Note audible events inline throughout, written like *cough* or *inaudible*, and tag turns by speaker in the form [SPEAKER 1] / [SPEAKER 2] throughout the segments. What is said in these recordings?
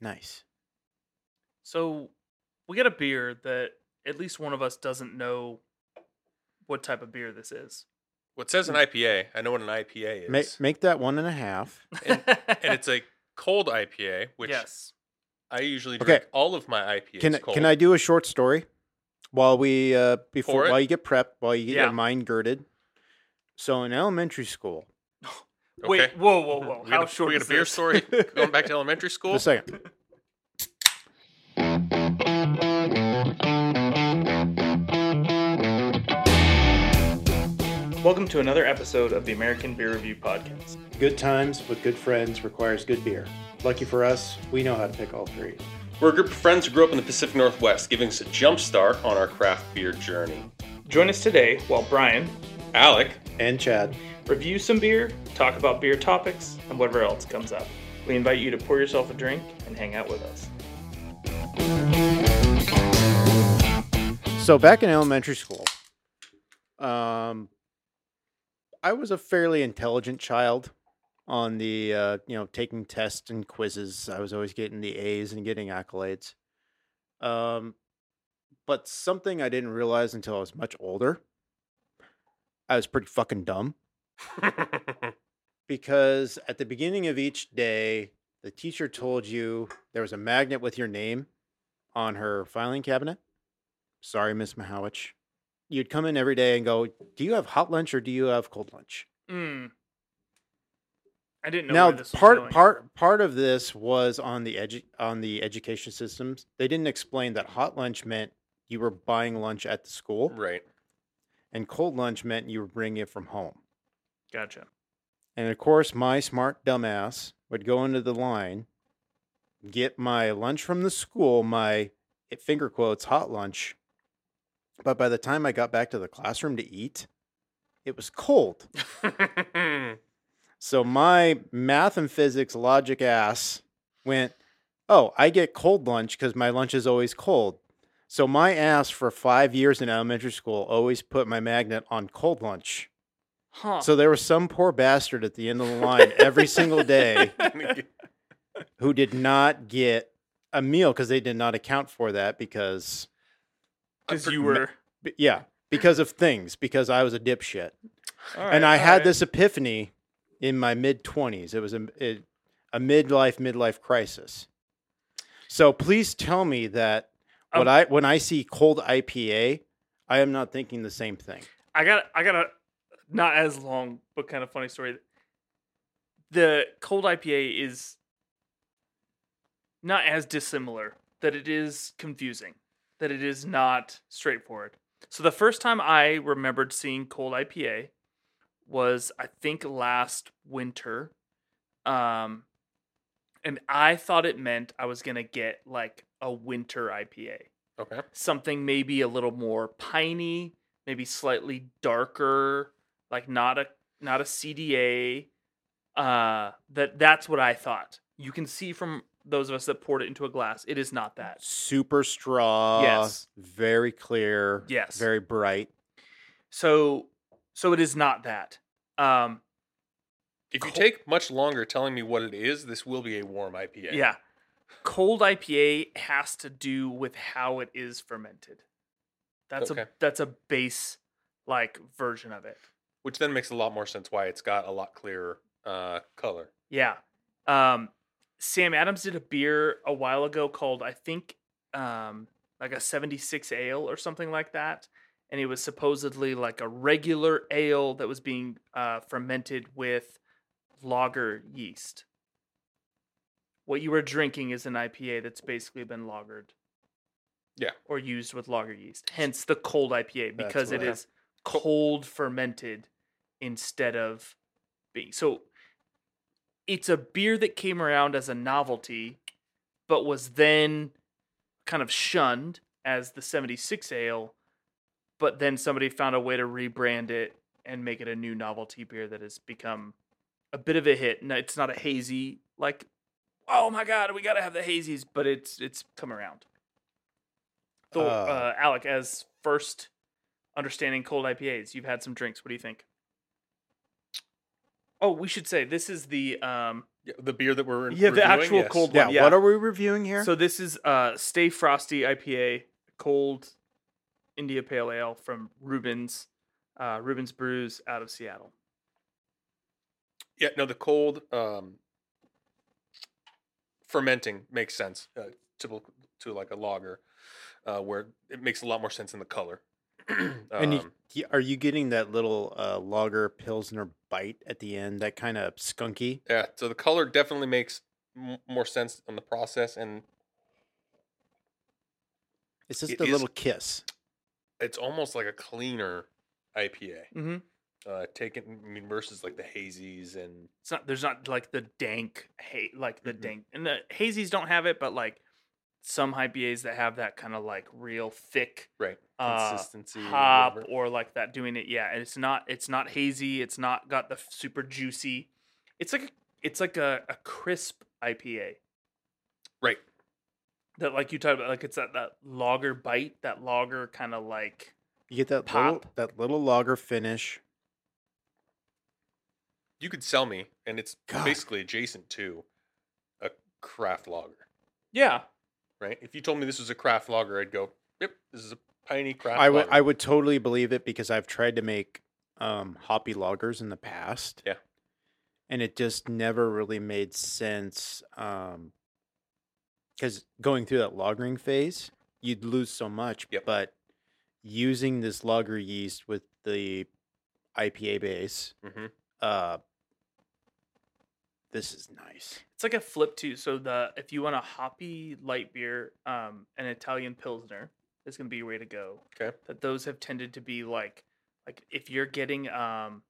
[SPEAKER 1] Nice.
[SPEAKER 2] So we got a beer that at least one of us doesn't know what type of beer this is.
[SPEAKER 3] Well, it
[SPEAKER 1] Mm.
[SPEAKER 3] says an IPA. I know what an IPA is.
[SPEAKER 1] Make make that one and a half.
[SPEAKER 3] and, and
[SPEAKER 2] *laughs*
[SPEAKER 3] it's a cold IPA, which
[SPEAKER 2] yes.
[SPEAKER 3] I usually
[SPEAKER 1] Okay.
[SPEAKER 3] drink all of my IPAs
[SPEAKER 1] Can I-
[SPEAKER 3] cold.
[SPEAKER 1] can I do a short story while we uh,
[SPEAKER 3] Pour
[SPEAKER 1] before
[SPEAKER 3] it?
[SPEAKER 1] while you get prepped while you get
[SPEAKER 2] Yeah.
[SPEAKER 1] your mind girded? So in elementary school,
[SPEAKER 2] Wait,
[SPEAKER 3] Okay.
[SPEAKER 2] whoa, whoa, whoa.
[SPEAKER 3] *laughs* We
[SPEAKER 2] How
[SPEAKER 3] got a,
[SPEAKER 2] short
[SPEAKER 3] we got
[SPEAKER 2] is
[SPEAKER 3] a beer
[SPEAKER 2] this?
[SPEAKER 1] *laughs*
[SPEAKER 3] story going back to elementary school.
[SPEAKER 1] just a second.
[SPEAKER 2] Welcome to another episode of the American Beer Review Podcast.
[SPEAKER 1] Good times with good friends requires good beer. Lucky for us, we know how to pick all three.
[SPEAKER 3] We're a group of friends who grew up in the Pacific Northwest, giving us a jump start on our craft beer journey.
[SPEAKER 2] Join us today while Brian
[SPEAKER 3] Alec,
[SPEAKER 1] And Chad,
[SPEAKER 2] reviews some beer, talk about beer topics, and whatever else comes up. We invite you to pour yourself a drink and hang out with us.
[SPEAKER 1] So back in elementary school, um, I was a fairly intelligent child. On the uh, you know taking tests and quizzes, I was always getting the A's and getting accolades. Um, but something I didn't realize until I was much older, I was pretty fucking dumb because at the beginning of each day, the teacher told you there was a magnet with your name on her filing cabinet. Sorry, Miss Mahowich. You'd come in every day and go, Do you have hot lunch or do you have cold lunch?
[SPEAKER 2] Mm. I didn't know
[SPEAKER 1] now
[SPEAKER 2] where this was
[SPEAKER 1] part
[SPEAKER 2] going.
[SPEAKER 1] part part of this was on the edu- on the education systems. They didn't explain that hot lunch meant you were buying lunch at the school *laughs*
[SPEAKER 3] right?
[SPEAKER 1] and cold lunch meant you were bringing it from home.
[SPEAKER 2] Gotcha.
[SPEAKER 1] And of course, my smart dumbass would go into the line, get my lunch from the school, my finger quotes hot lunch. But by the time I got back to the classroom to eat, it was cold. So my math and physics logic ass went, Oh, I get cold lunch because my lunch is always cold. So my ass for five years in elementary school always put my magnet on cold lunch.
[SPEAKER 2] Huh.
[SPEAKER 1] So there was some poor bastard at the end of the line every single day who did not get a meal because they did not account for that because,
[SPEAKER 2] because you were.
[SPEAKER 1] b- yeah, because of things, because I was a dipshit.
[SPEAKER 2] All
[SPEAKER 1] and
[SPEAKER 2] right,
[SPEAKER 1] I
[SPEAKER 2] all
[SPEAKER 1] had
[SPEAKER 2] right.
[SPEAKER 1] this epiphany in my mid 20s. It was a, it, a midlife, midlife crisis. So please tell me that what
[SPEAKER 2] Um,
[SPEAKER 1] I when I see cold IPA, I am not thinking the same thing.
[SPEAKER 2] I got. I got a not as long, but kind of funny story. The cold IPA is not as dissimilar. That it is confusing. That it is not straightforward. So the first time I remembered seeing cold IPA was I think last winter. Um and I thought it meant I was going to get like a winter IPA.
[SPEAKER 3] okay.
[SPEAKER 2] something maybe a little more piney, maybe slightly darker, like not a not a CDA. Uh, that that's what I thought. You can see from those of us that poured it into a glass, it is not that.
[SPEAKER 1] Super straw,
[SPEAKER 2] Yes.
[SPEAKER 1] very clear,
[SPEAKER 2] Yes.
[SPEAKER 1] very bright.
[SPEAKER 2] So so it is not that. Um,
[SPEAKER 3] If you
[SPEAKER 2] Cold-
[SPEAKER 3] take much longer telling me what it is, this will be a warm IPA.
[SPEAKER 2] yeah, cold IPA has to do with how it is fermented. That's a
[SPEAKER 3] Okay.
[SPEAKER 2] that's a base like version of it.
[SPEAKER 3] Which then makes a lot more sense why it's got a lot clearer uh, color.
[SPEAKER 2] Yeah. Um, Sam Adams did a beer a while ago called, I think, um, like a 76 ale or something like that. And it was supposedly like a regular ale that was being uh, fermented with lager yeast. What you are drinking is an IPA that's basically been lagered.
[SPEAKER 3] Yeah.
[SPEAKER 2] Or used with lager yeast. Hence the cold IPA
[SPEAKER 1] That's
[SPEAKER 2] because it
[SPEAKER 1] what I-
[SPEAKER 2] is cold fermented instead of being. So it's a beer that came around as a novelty, but was then kind of shunned as the 76 ale. But then somebody found a way to rebrand it and make it a new novelty beer that has become a bit of a hit. No, it's not a hazy like, oh my god, we gotta have the hazies, but it's it's come around. So, uh,
[SPEAKER 1] Uh.
[SPEAKER 2] Alec, as first understanding cold IPAs, you've had some drinks. What do you think? Oh, we should say this is the um
[SPEAKER 3] Yeah, The beer that we're
[SPEAKER 2] Yeah, the
[SPEAKER 3] reviewing,
[SPEAKER 2] actual
[SPEAKER 3] yes.
[SPEAKER 2] cold-
[SPEAKER 1] Yeah,
[SPEAKER 2] one, yeah.
[SPEAKER 1] What are we reviewing here?
[SPEAKER 2] so this is uh Stay Frosty IPA cold India Pale Ale from Rubens uh Rubens Brews out of Seattle.
[SPEAKER 3] Yeah, no, the cold um, fermenting makes sense uh, to to like a lager, uh, where it makes a lot more sense in the color. *clears throat*
[SPEAKER 1] and you,
[SPEAKER 3] Um,
[SPEAKER 1] y- are you getting that little uh, lager pilsner bite at the end? That kind of skunky.
[SPEAKER 3] Yeah, so the color definitely makes m- more sense on the process, and
[SPEAKER 1] It's just
[SPEAKER 3] It
[SPEAKER 1] a
[SPEAKER 3] is-
[SPEAKER 1] little kiss.
[SPEAKER 3] it's almost like a cleaner IPA.
[SPEAKER 2] Mm-hmm.
[SPEAKER 3] Uh, taken I mean, versus like the hazies and
[SPEAKER 2] It's not there's not like the dank ha- like the
[SPEAKER 3] Mhm.
[SPEAKER 2] dank and the hazies don't have it, but like some IPAs that have that kind of like real thick
[SPEAKER 3] right
[SPEAKER 1] Ah,
[SPEAKER 2] uh,
[SPEAKER 3] consistency. or
[SPEAKER 2] hop
[SPEAKER 3] whatever.
[SPEAKER 2] or like that doing it. Yeah, and it's not it's not hazy. It's not got the f- super juicy. It's like a, it's like a, a crisp IPA
[SPEAKER 3] right,
[SPEAKER 2] that like you talked about. Like it's that that lager bite, that lager kind of like
[SPEAKER 1] You get that little,
[SPEAKER 2] Pop.
[SPEAKER 1] that little lager finish.
[SPEAKER 3] you could sell me, and it's
[SPEAKER 1] God.
[SPEAKER 3] basically adjacent to a craft lager.
[SPEAKER 2] yeah.
[SPEAKER 3] right? If you told me this was a craft lager, I'd go, yep, this is a piney craft
[SPEAKER 1] I would
[SPEAKER 3] lager.
[SPEAKER 1] I would totally believe it because I've tried to make um, hoppy lagers in the past.
[SPEAKER 3] Yeah.
[SPEAKER 1] And it just never really made sense um, because going through that lagering phase, you'd lose so much.
[SPEAKER 3] Yep.
[SPEAKER 1] But using this lager yeast with the IPA base,
[SPEAKER 3] Mhm.
[SPEAKER 1] uh, this is nice.
[SPEAKER 2] It's like a flip too. So the if you want a hoppy light beer, um, an Italian pilsner is gonna be your way to go.
[SPEAKER 3] Okay.
[SPEAKER 2] That those have tended to be like like if you're getting um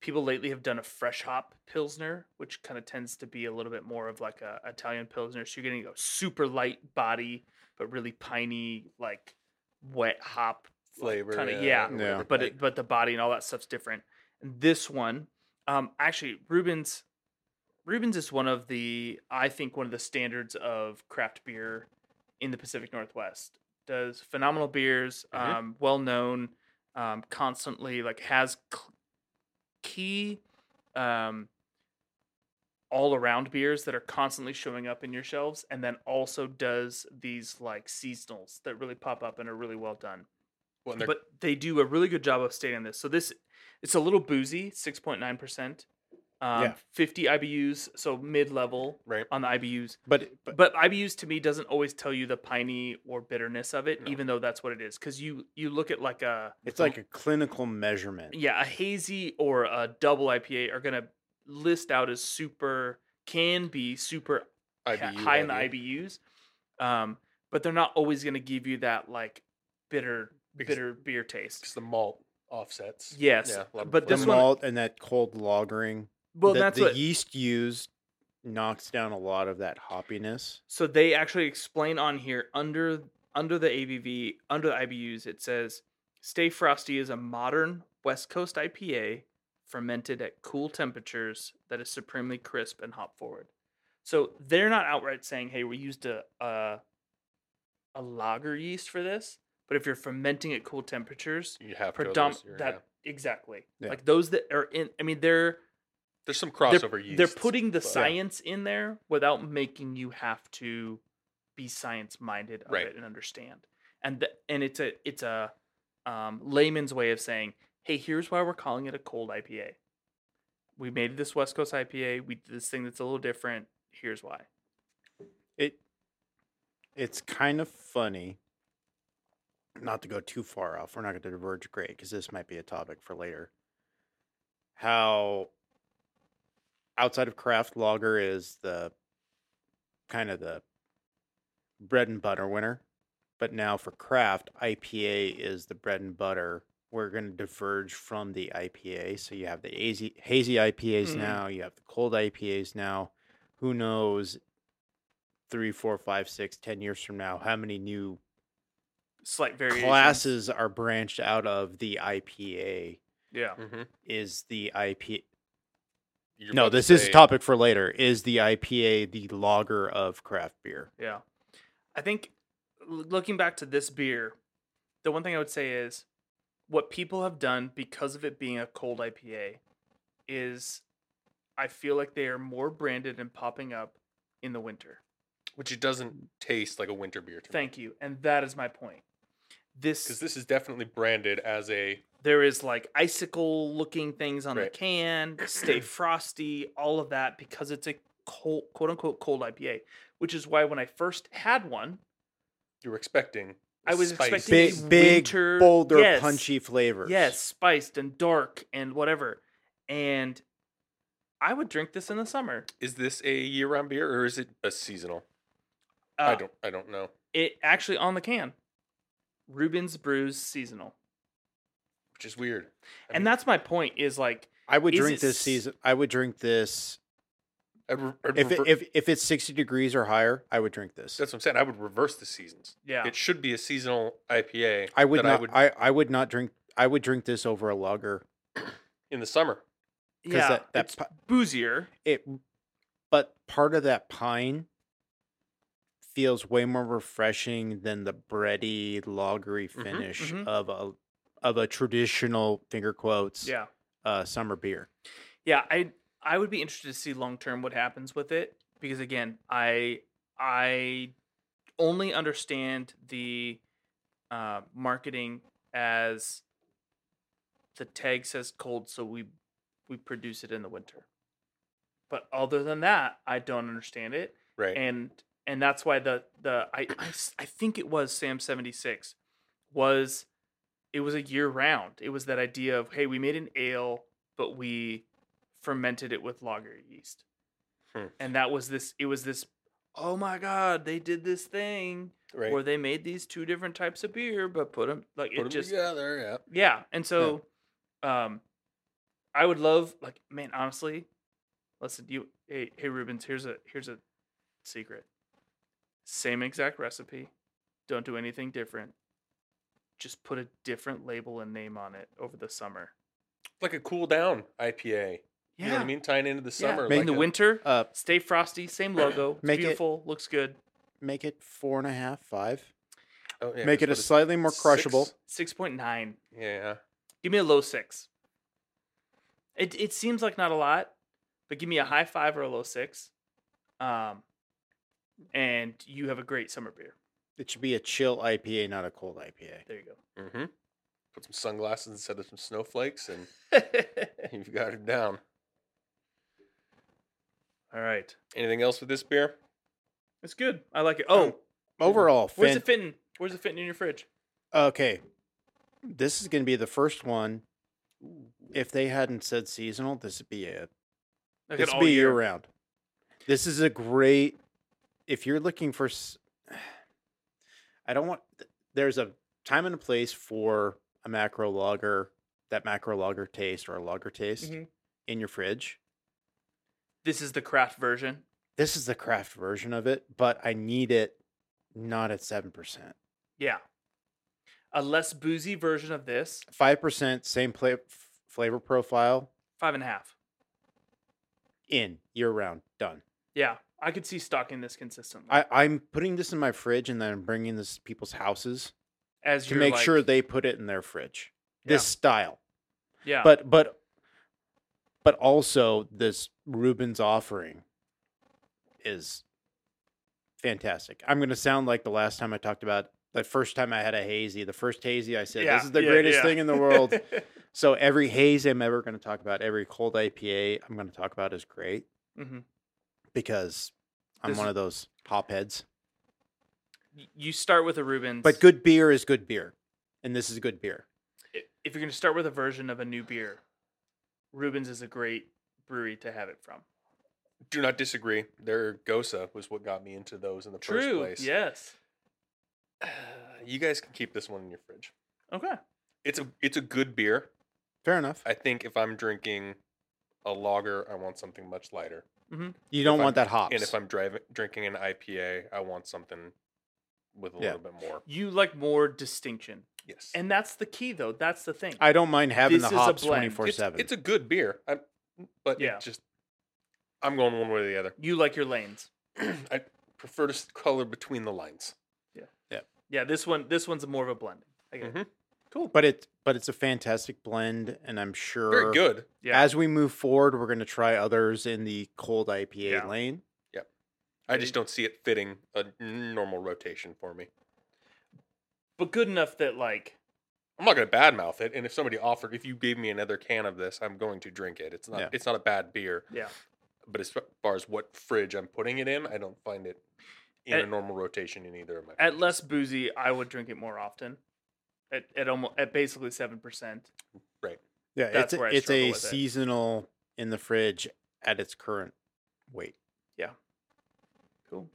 [SPEAKER 2] people lately have done a fresh hop pilsner, which kind of tends to be a little bit more of like a Italian pilsner. So you're getting a super light body, but really piney, like wet hop
[SPEAKER 3] flavor.
[SPEAKER 2] kinda- yeah,
[SPEAKER 3] or
[SPEAKER 1] Yeah.
[SPEAKER 3] whatever,
[SPEAKER 2] but
[SPEAKER 3] like,
[SPEAKER 2] it, but the body and all that stuff's different. And this one, um, actually, Rubens, Rubens is one of the I think one of the standards of craft beer in the Pacific Northwest. Does phenomenal beers,
[SPEAKER 3] Mhm.
[SPEAKER 2] um, well known, um, constantly like has cl- key, um, all around beers that are constantly showing up in your shelves, and then also does these like seasonals that really pop up and are really well done
[SPEAKER 3] well, and they're-
[SPEAKER 2] but they do a really good job of stating this. So this it's a little boozy, six point nine percent, um,
[SPEAKER 1] Yeah.
[SPEAKER 2] fifty IBUs, so mid level
[SPEAKER 3] right.
[SPEAKER 2] on the IBUs.
[SPEAKER 1] But, it- but
[SPEAKER 2] But IBUs to me doesn't always tell you the piney or bitterness of it,
[SPEAKER 3] No.
[SPEAKER 2] even though that's what it is. Because you you look at like a
[SPEAKER 1] it's like a clinical measurement.
[SPEAKER 2] yeah a hazy or a double IPA are gonna list out as super can be super ha-
[SPEAKER 3] IBU,
[SPEAKER 2] high in the IBUs, um, but they're not always gonna give you that like bitter
[SPEAKER 3] Because-
[SPEAKER 2] bitter beer taste.
[SPEAKER 3] because the malt offsets.
[SPEAKER 2] Yes,
[SPEAKER 3] a lot of
[SPEAKER 2] but
[SPEAKER 1] The
[SPEAKER 2] this
[SPEAKER 3] flavor.
[SPEAKER 2] one-
[SPEAKER 1] malt and that cold lagering.
[SPEAKER 2] Well,
[SPEAKER 1] the,
[SPEAKER 2] that's
[SPEAKER 1] the
[SPEAKER 2] what.
[SPEAKER 1] yeast used knocks down a lot of that hoppiness.
[SPEAKER 2] so they actually explain on here under under the ABV under the IBUs it says Stay Frosty is a modern West Coast IPA fermented at cool temperatures that is supremely crisp and hop forward. So they're not outright saying, "Hey, we used a a, a lager yeast for this," but if you're fermenting at cool temperatures,
[SPEAKER 3] you have to
[SPEAKER 2] predom
[SPEAKER 3] those, you're-
[SPEAKER 2] that
[SPEAKER 3] yeah.
[SPEAKER 2] exactly
[SPEAKER 1] Yeah.
[SPEAKER 2] like those that are in. I mean, they're
[SPEAKER 3] There's some
[SPEAKER 2] they're-
[SPEAKER 3] crossover yeast.
[SPEAKER 2] They're putting the
[SPEAKER 3] but- Yeah.
[SPEAKER 2] science in there without making you have to be science minded of
[SPEAKER 3] Right.
[SPEAKER 2] it and understand. And the, and it's a it's a um, layman's way of saying, hey, here's why we're calling it a cold IPA. We made this West Coast IPA. We did this thing that's a little different. Here's why.
[SPEAKER 1] It it's kind of funny. Not to go too far off, we're not going to diverge great because this might be a topic for later. How outside of craft lager is the kind of the bread and butter winner, but now for craft IPA is the bread and butter. We're going to diverge from the IPA, so you have the hazy, hazy IPAs
[SPEAKER 2] Mhm.
[SPEAKER 1] now, you have the cold IPAs now. Who knows? Three, four, five, six, ten years from now, how many new
[SPEAKER 2] Slight variation.
[SPEAKER 1] classes are branched out of the IPA?
[SPEAKER 2] Yeah.
[SPEAKER 3] Mhm.
[SPEAKER 1] Is the IP
[SPEAKER 3] You're
[SPEAKER 1] no,
[SPEAKER 3] about to
[SPEAKER 1] this is
[SPEAKER 3] say-
[SPEAKER 1] a topic for later. Is the IPA the lager of craft beer?
[SPEAKER 2] Yeah. I think l- looking back to this beer, the one thing I would say is what people have done because of it being a cold IPA is I feel like they are more branded and popping up in the winter.
[SPEAKER 3] which it doesn't taste like a winter beer to
[SPEAKER 2] Thank you. And that is my point. This
[SPEAKER 3] because this is definitely branded as a
[SPEAKER 2] there is like icicle looking things on
[SPEAKER 3] Right.
[SPEAKER 2] the can, stay frosty, all of that because it's a cold, quote unquote cold IPA, which is why when I first had one,
[SPEAKER 3] you were expecting. a
[SPEAKER 2] I was
[SPEAKER 3] spice.
[SPEAKER 2] expecting a
[SPEAKER 1] Big, big,
[SPEAKER 2] winter-
[SPEAKER 1] bolder,
[SPEAKER 2] yes.
[SPEAKER 1] punchy flavors.
[SPEAKER 2] yes, spiced and dark and whatever, and I would drink this in the summer.
[SPEAKER 3] Is this a year-round beer or is it a seasonal?
[SPEAKER 2] Uh,
[SPEAKER 3] I don't. I don't know.
[SPEAKER 2] It actually on the can, Rubens Brews seasonal,
[SPEAKER 3] Which is weird. I mean,
[SPEAKER 2] and that's my point. Is like
[SPEAKER 1] I would
[SPEAKER 2] Is
[SPEAKER 1] drink
[SPEAKER 2] it
[SPEAKER 1] this
[SPEAKER 2] s-
[SPEAKER 1] season. I would drink this
[SPEAKER 3] I'd re- I'd
[SPEAKER 1] if it,
[SPEAKER 3] rever-
[SPEAKER 1] if if it's sixty degrees or higher. I would drink this.
[SPEAKER 3] that's what I'm saying, I would reverse the seasons.
[SPEAKER 2] yeah,
[SPEAKER 3] It should be a seasonal IPA.
[SPEAKER 1] I would
[SPEAKER 3] that
[SPEAKER 1] not. I would, I, would not drink. I would drink this over a lager.
[SPEAKER 3] in the summer.
[SPEAKER 2] yeah,
[SPEAKER 1] that- that
[SPEAKER 2] it's
[SPEAKER 1] pi-
[SPEAKER 2] boozier.
[SPEAKER 1] It, but part of that pine feels way more refreshing than the bready, lagery
[SPEAKER 3] Mhm,
[SPEAKER 1] finish
[SPEAKER 2] mhm.
[SPEAKER 1] of a of a traditional finger quotes
[SPEAKER 2] Yeah,
[SPEAKER 1] uh, summer beer.
[SPEAKER 2] yeah i i would be interested to see long term what happens with it because again i i only understand the uh, marketing as the tag says cold so we we produce it in the winter but other than that i don't understand it
[SPEAKER 3] Right.
[SPEAKER 2] and and that's why the the I, I s- I think it was Sam seventy six was it was a year round. It was that idea of hey, we made an ale, but we fermented it with lager yeast,
[SPEAKER 3] Hmm.
[SPEAKER 2] and that was this. It was this. Oh my God, they did this thing
[SPEAKER 3] right.
[SPEAKER 2] where they made these two different types of beer, but put them like
[SPEAKER 3] Put
[SPEAKER 2] it
[SPEAKER 3] 'em
[SPEAKER 2] just
[SPEAKER 3] together. Yeah.
[SPEAKER 2] yeah, and so, um, I would love like man, honestly, listen, you hey hey Rubens, here's a here's a secret. Same exact recipe, don't do anything different. Just put a different label and name on it over the summer.
[SPEAKER 3] Like a cool down IPA.
[SPEAKER 2] Yeah,
[SPEAKER 3] You know what I mean? Tying into the summer.
[SPEAKER 1] Make
[SPEAKER 2] in
[SPEAKER 3] Like
[SPEAKER 2] the
[SPEAKER 3] a-
[SPEAKER 2] winter,
[SPEAKER 1] Uh,
[SPEAKER 2] stay frosty. Same logo, it's
[SPEAKER 1] Make it-
[SPEAKER 2] beautiful, looks good.
[SPEAKER 1] make it four and a half, five.
[SPEAKER 3] oh, yeah,
[SPEAKER 1] make it a
[SPEAKER 3] that's
[SPEAKER 1] slightly more
[SPEAKER 3] what it-
[SPEAKER 1] crushable.
[SPEAKER 3] six?
[SPEAKER 2] Six point nine.
[SPEAKER 3] Yeah.
[SPEAKER 2] Give me a low six. It it seems like not a lot, but give me a high five or a low six, um, and you have a great summer beer.
[SPEAKER 1] It should be a chill IPA, not a cold IPA.
[SPEAKER 2] There you go.
[SPEAKER 3] Mm-hmm. Put some sunglasses instead of some snowflakes, and *laughs* you've got it down.
[SPEAKER 2] *laughs* All right,
[SPEAKER 3] Anything else with this beer?
[SPEAKER 2] it's good. I like it. Oh,
[SPEAKER 1] Overall,
[SPEAKER 2] where's
[SPEAKER 1] fan-
[SPEAKER 2] it fitting? Where's it fitting in your fridge?
[SPEAKER 1] okay, this is going to be the first one. If they hadn't said seasonal, this would be it.
[SPEAKER 2] Like an
[SPEAKER 1] this would
[SPEAKER 2] all
[SPEAKER 1] be year round. This is a great. If you're looking for, s- *sighs* I don't want. There's a time and a place for a macro lager, that macro lager taste or a lager taste
[SPEAKER 2] Mhm.
[SPEAKER 1] in your fridge.
[SPEAKER 2] This is the craft version.
[SPEAKER 1] This is the craft version of it, but I need it not at seven percent.
[SPEAKER 2] Yeah, a less boozy version of this.
[SPEAKER 1] five percent, same pla- f- flavor profile,
[SPEAKER 2] Five and a half.
[SPEAKER 1] in year round, done.
[SPEAKER 2] Yeah, I could see stocking this consistently
[SPEAKER 1] I, I'm putting this in my fridge, and then I'm bringing this to people's houses
[SPEAKER 2] as
[SPEAKER 1] to
[SPEAKER 2] you're,
[SPEAKER 1] make
[SPEAKER 2] like-
[SPEAKER 1] sure they put it in their fridge. This
[SPEAKER 2] Yeah.
[SPEAKER 1] style,
[SPEAKER 2] yeah,
[SPEAKER 1] but but but also this Rubens offering is fantastic. I'm going to sound like the last time I talked about the first time I had a hazy. The first hazy, I said,
[SPEAKER 2] Yeah,
[SPEAKER 1] "This is the
[SPEAKER 2] yeah,
[SPEAKER 1] greatest
[SPEAKER 2] yeah.
[SPEAKER 1] thing in the
[SPEAKER 2] *laughs*
[SPEAKER 1] world." so every haze I'm ever going to talk about, every cold IPA I'm going to talk about is great.
[SPEAKER 2] hmm
[SPEAKER 1] because I'm
[SPEAKER 2] This
[SPEAKER 1] one
[SPEAKER 2] is-
[SPEAKER 1] of those hop heads.
[SPEAKER 2] You start with a Rubens,
[SPEAKER 1] But good beer is good beer, and this is good beer.
[SPEAKER 2] i- if you're going to start with a version of a new beer, Rubens is a great brewery to have it from.
[SPEAKER 3] Do not disagree. Their Gosa was what got me into those in the first place.
[SPEAKER 2] Yes.
[SPEAKER 3] *sighs* You guys can keep this one in your fridge.
[SPEAKER 2] Okay.
[SPEAKER 3] It's a it's a good beer.
[SPEAKER 1] Fair enough.
[SPEAKER 3] I think if I'm drinking a lager, I want something much lighter.
[SPEAKER 1] You don't
[SPEAKER 3] if
[SPEAKER 1] want
[SPEAKER 3] I'm-
[SPEAKER 1] that hops.
[SPEAKER 3] And if I'm driving drinking an IPA, I want something with a
[SPEAKER 1] Yeah.
[SPEAKER 3] little bit more.
[SPEAKER 2] You like more distinction,
[SPEAKER 3] Yes.
[SPEAKER 2] and that's the key, though. That's the thing.
[SPEAKER 1] I don't mind having
[SPEAKER 2] This
[SPEAKER 1] the
[SPEAKER 2] is a
[SPEAKER 1] hops
[SPEAKER 2] blend.
[SPEAKER 1] twenty
[SPEAKER 2] It's-
[SPEAKER 1] four
[SPEAKER 3] it's,
[SPEAKER 1] seven.
[SPEAKER 3] it's a good beer. I, but yeah.
[SPEAKER 2] Yeah.
[SPEAKER 3] it just I'm going one way or the other. *clears throat*
[SPEAKER 2] you like your lanes.
[SPEAKER 3] I prefer to s- color between the
[SPEAKER 1] Mm-hmm.
[SPEAKER 3] lines.
[SPEAKER 2] Yeah. This one. This one's more of a blending. I get it.
[SPEAKER 3] Cool.
[SPEAKER 1] But it but it's a fantastic blend, and I'm sure
[SPEAKER 3] Very good.
[SPEAKER 2] Yeah.
[SPEAKER 1] as we move forward, we're going to try others in the cold IPA
[SPEAKER 2] Yeah.
[SPEAKER 1] lane.
[SPEAKER 3] I just don't see it fitting a normal rotation for me.
[SPEAKER 2] but good enough that like
[SPEAKER 3] I'm not going to badmouth it, and if somebody offered, if you gave me another can of this, I'm going to drink it. It's not,
[SPEAKER 1] Yeah.
[SPEAKER 3] it's not a bad beer.
[SPEAKER 2] Yeah.
[SPEAKER 3] But as far as what fridge I'm putting it in, I don't find it in a
[SPEAKER 2] At-
[SPEAKER 3] normal rotation in either of my.
[SPEAKER 2] at
[SPEAKER 3] fridges.
[SPEAKER 2] less boozy, I would drink it more often. At at almost at basically seven percent.
[SPEAKER 1] Yeah, it's
[SPEAKER 2] That's
[SPEAKER 1] a-
[SPEAKER 2] where I
[SPEAKER 1] it's
[SPEAKER 2] struggle
[SPEAKER 1] a
[SPEAKER 2] with it.
[SPEAKER 1] seasonal in the fridge at its current weight.
[SPEAKER 2] Cool.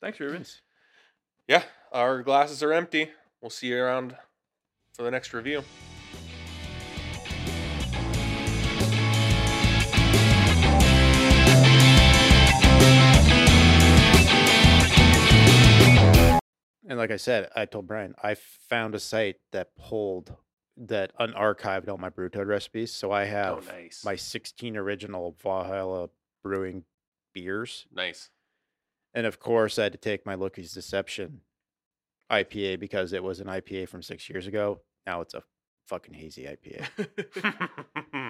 [SPEAKER 2] Thanks, Ruben.
[SPEAKER 3] Yeah, our glasses are empty. We'll see you around for the next review.
[SPEAKER 1] And like I said, I told Brian I found a site that pulled that unarchived all my Brewtoad recipes, so I have
[SPEAKER 2] Oh, nice.
[SPEAKER 1] my 16 original Valhalla Brewing beers,
[SPEAKER 3] Nice.
[SPEAKER 1] and of course I had to take my Lookie's Deception IPA because it was an IPA from six years ago. Now it's a fucking hazy IPA.
[SPEAKER 2] *laughs*
[SPEAKER 1] *laughs*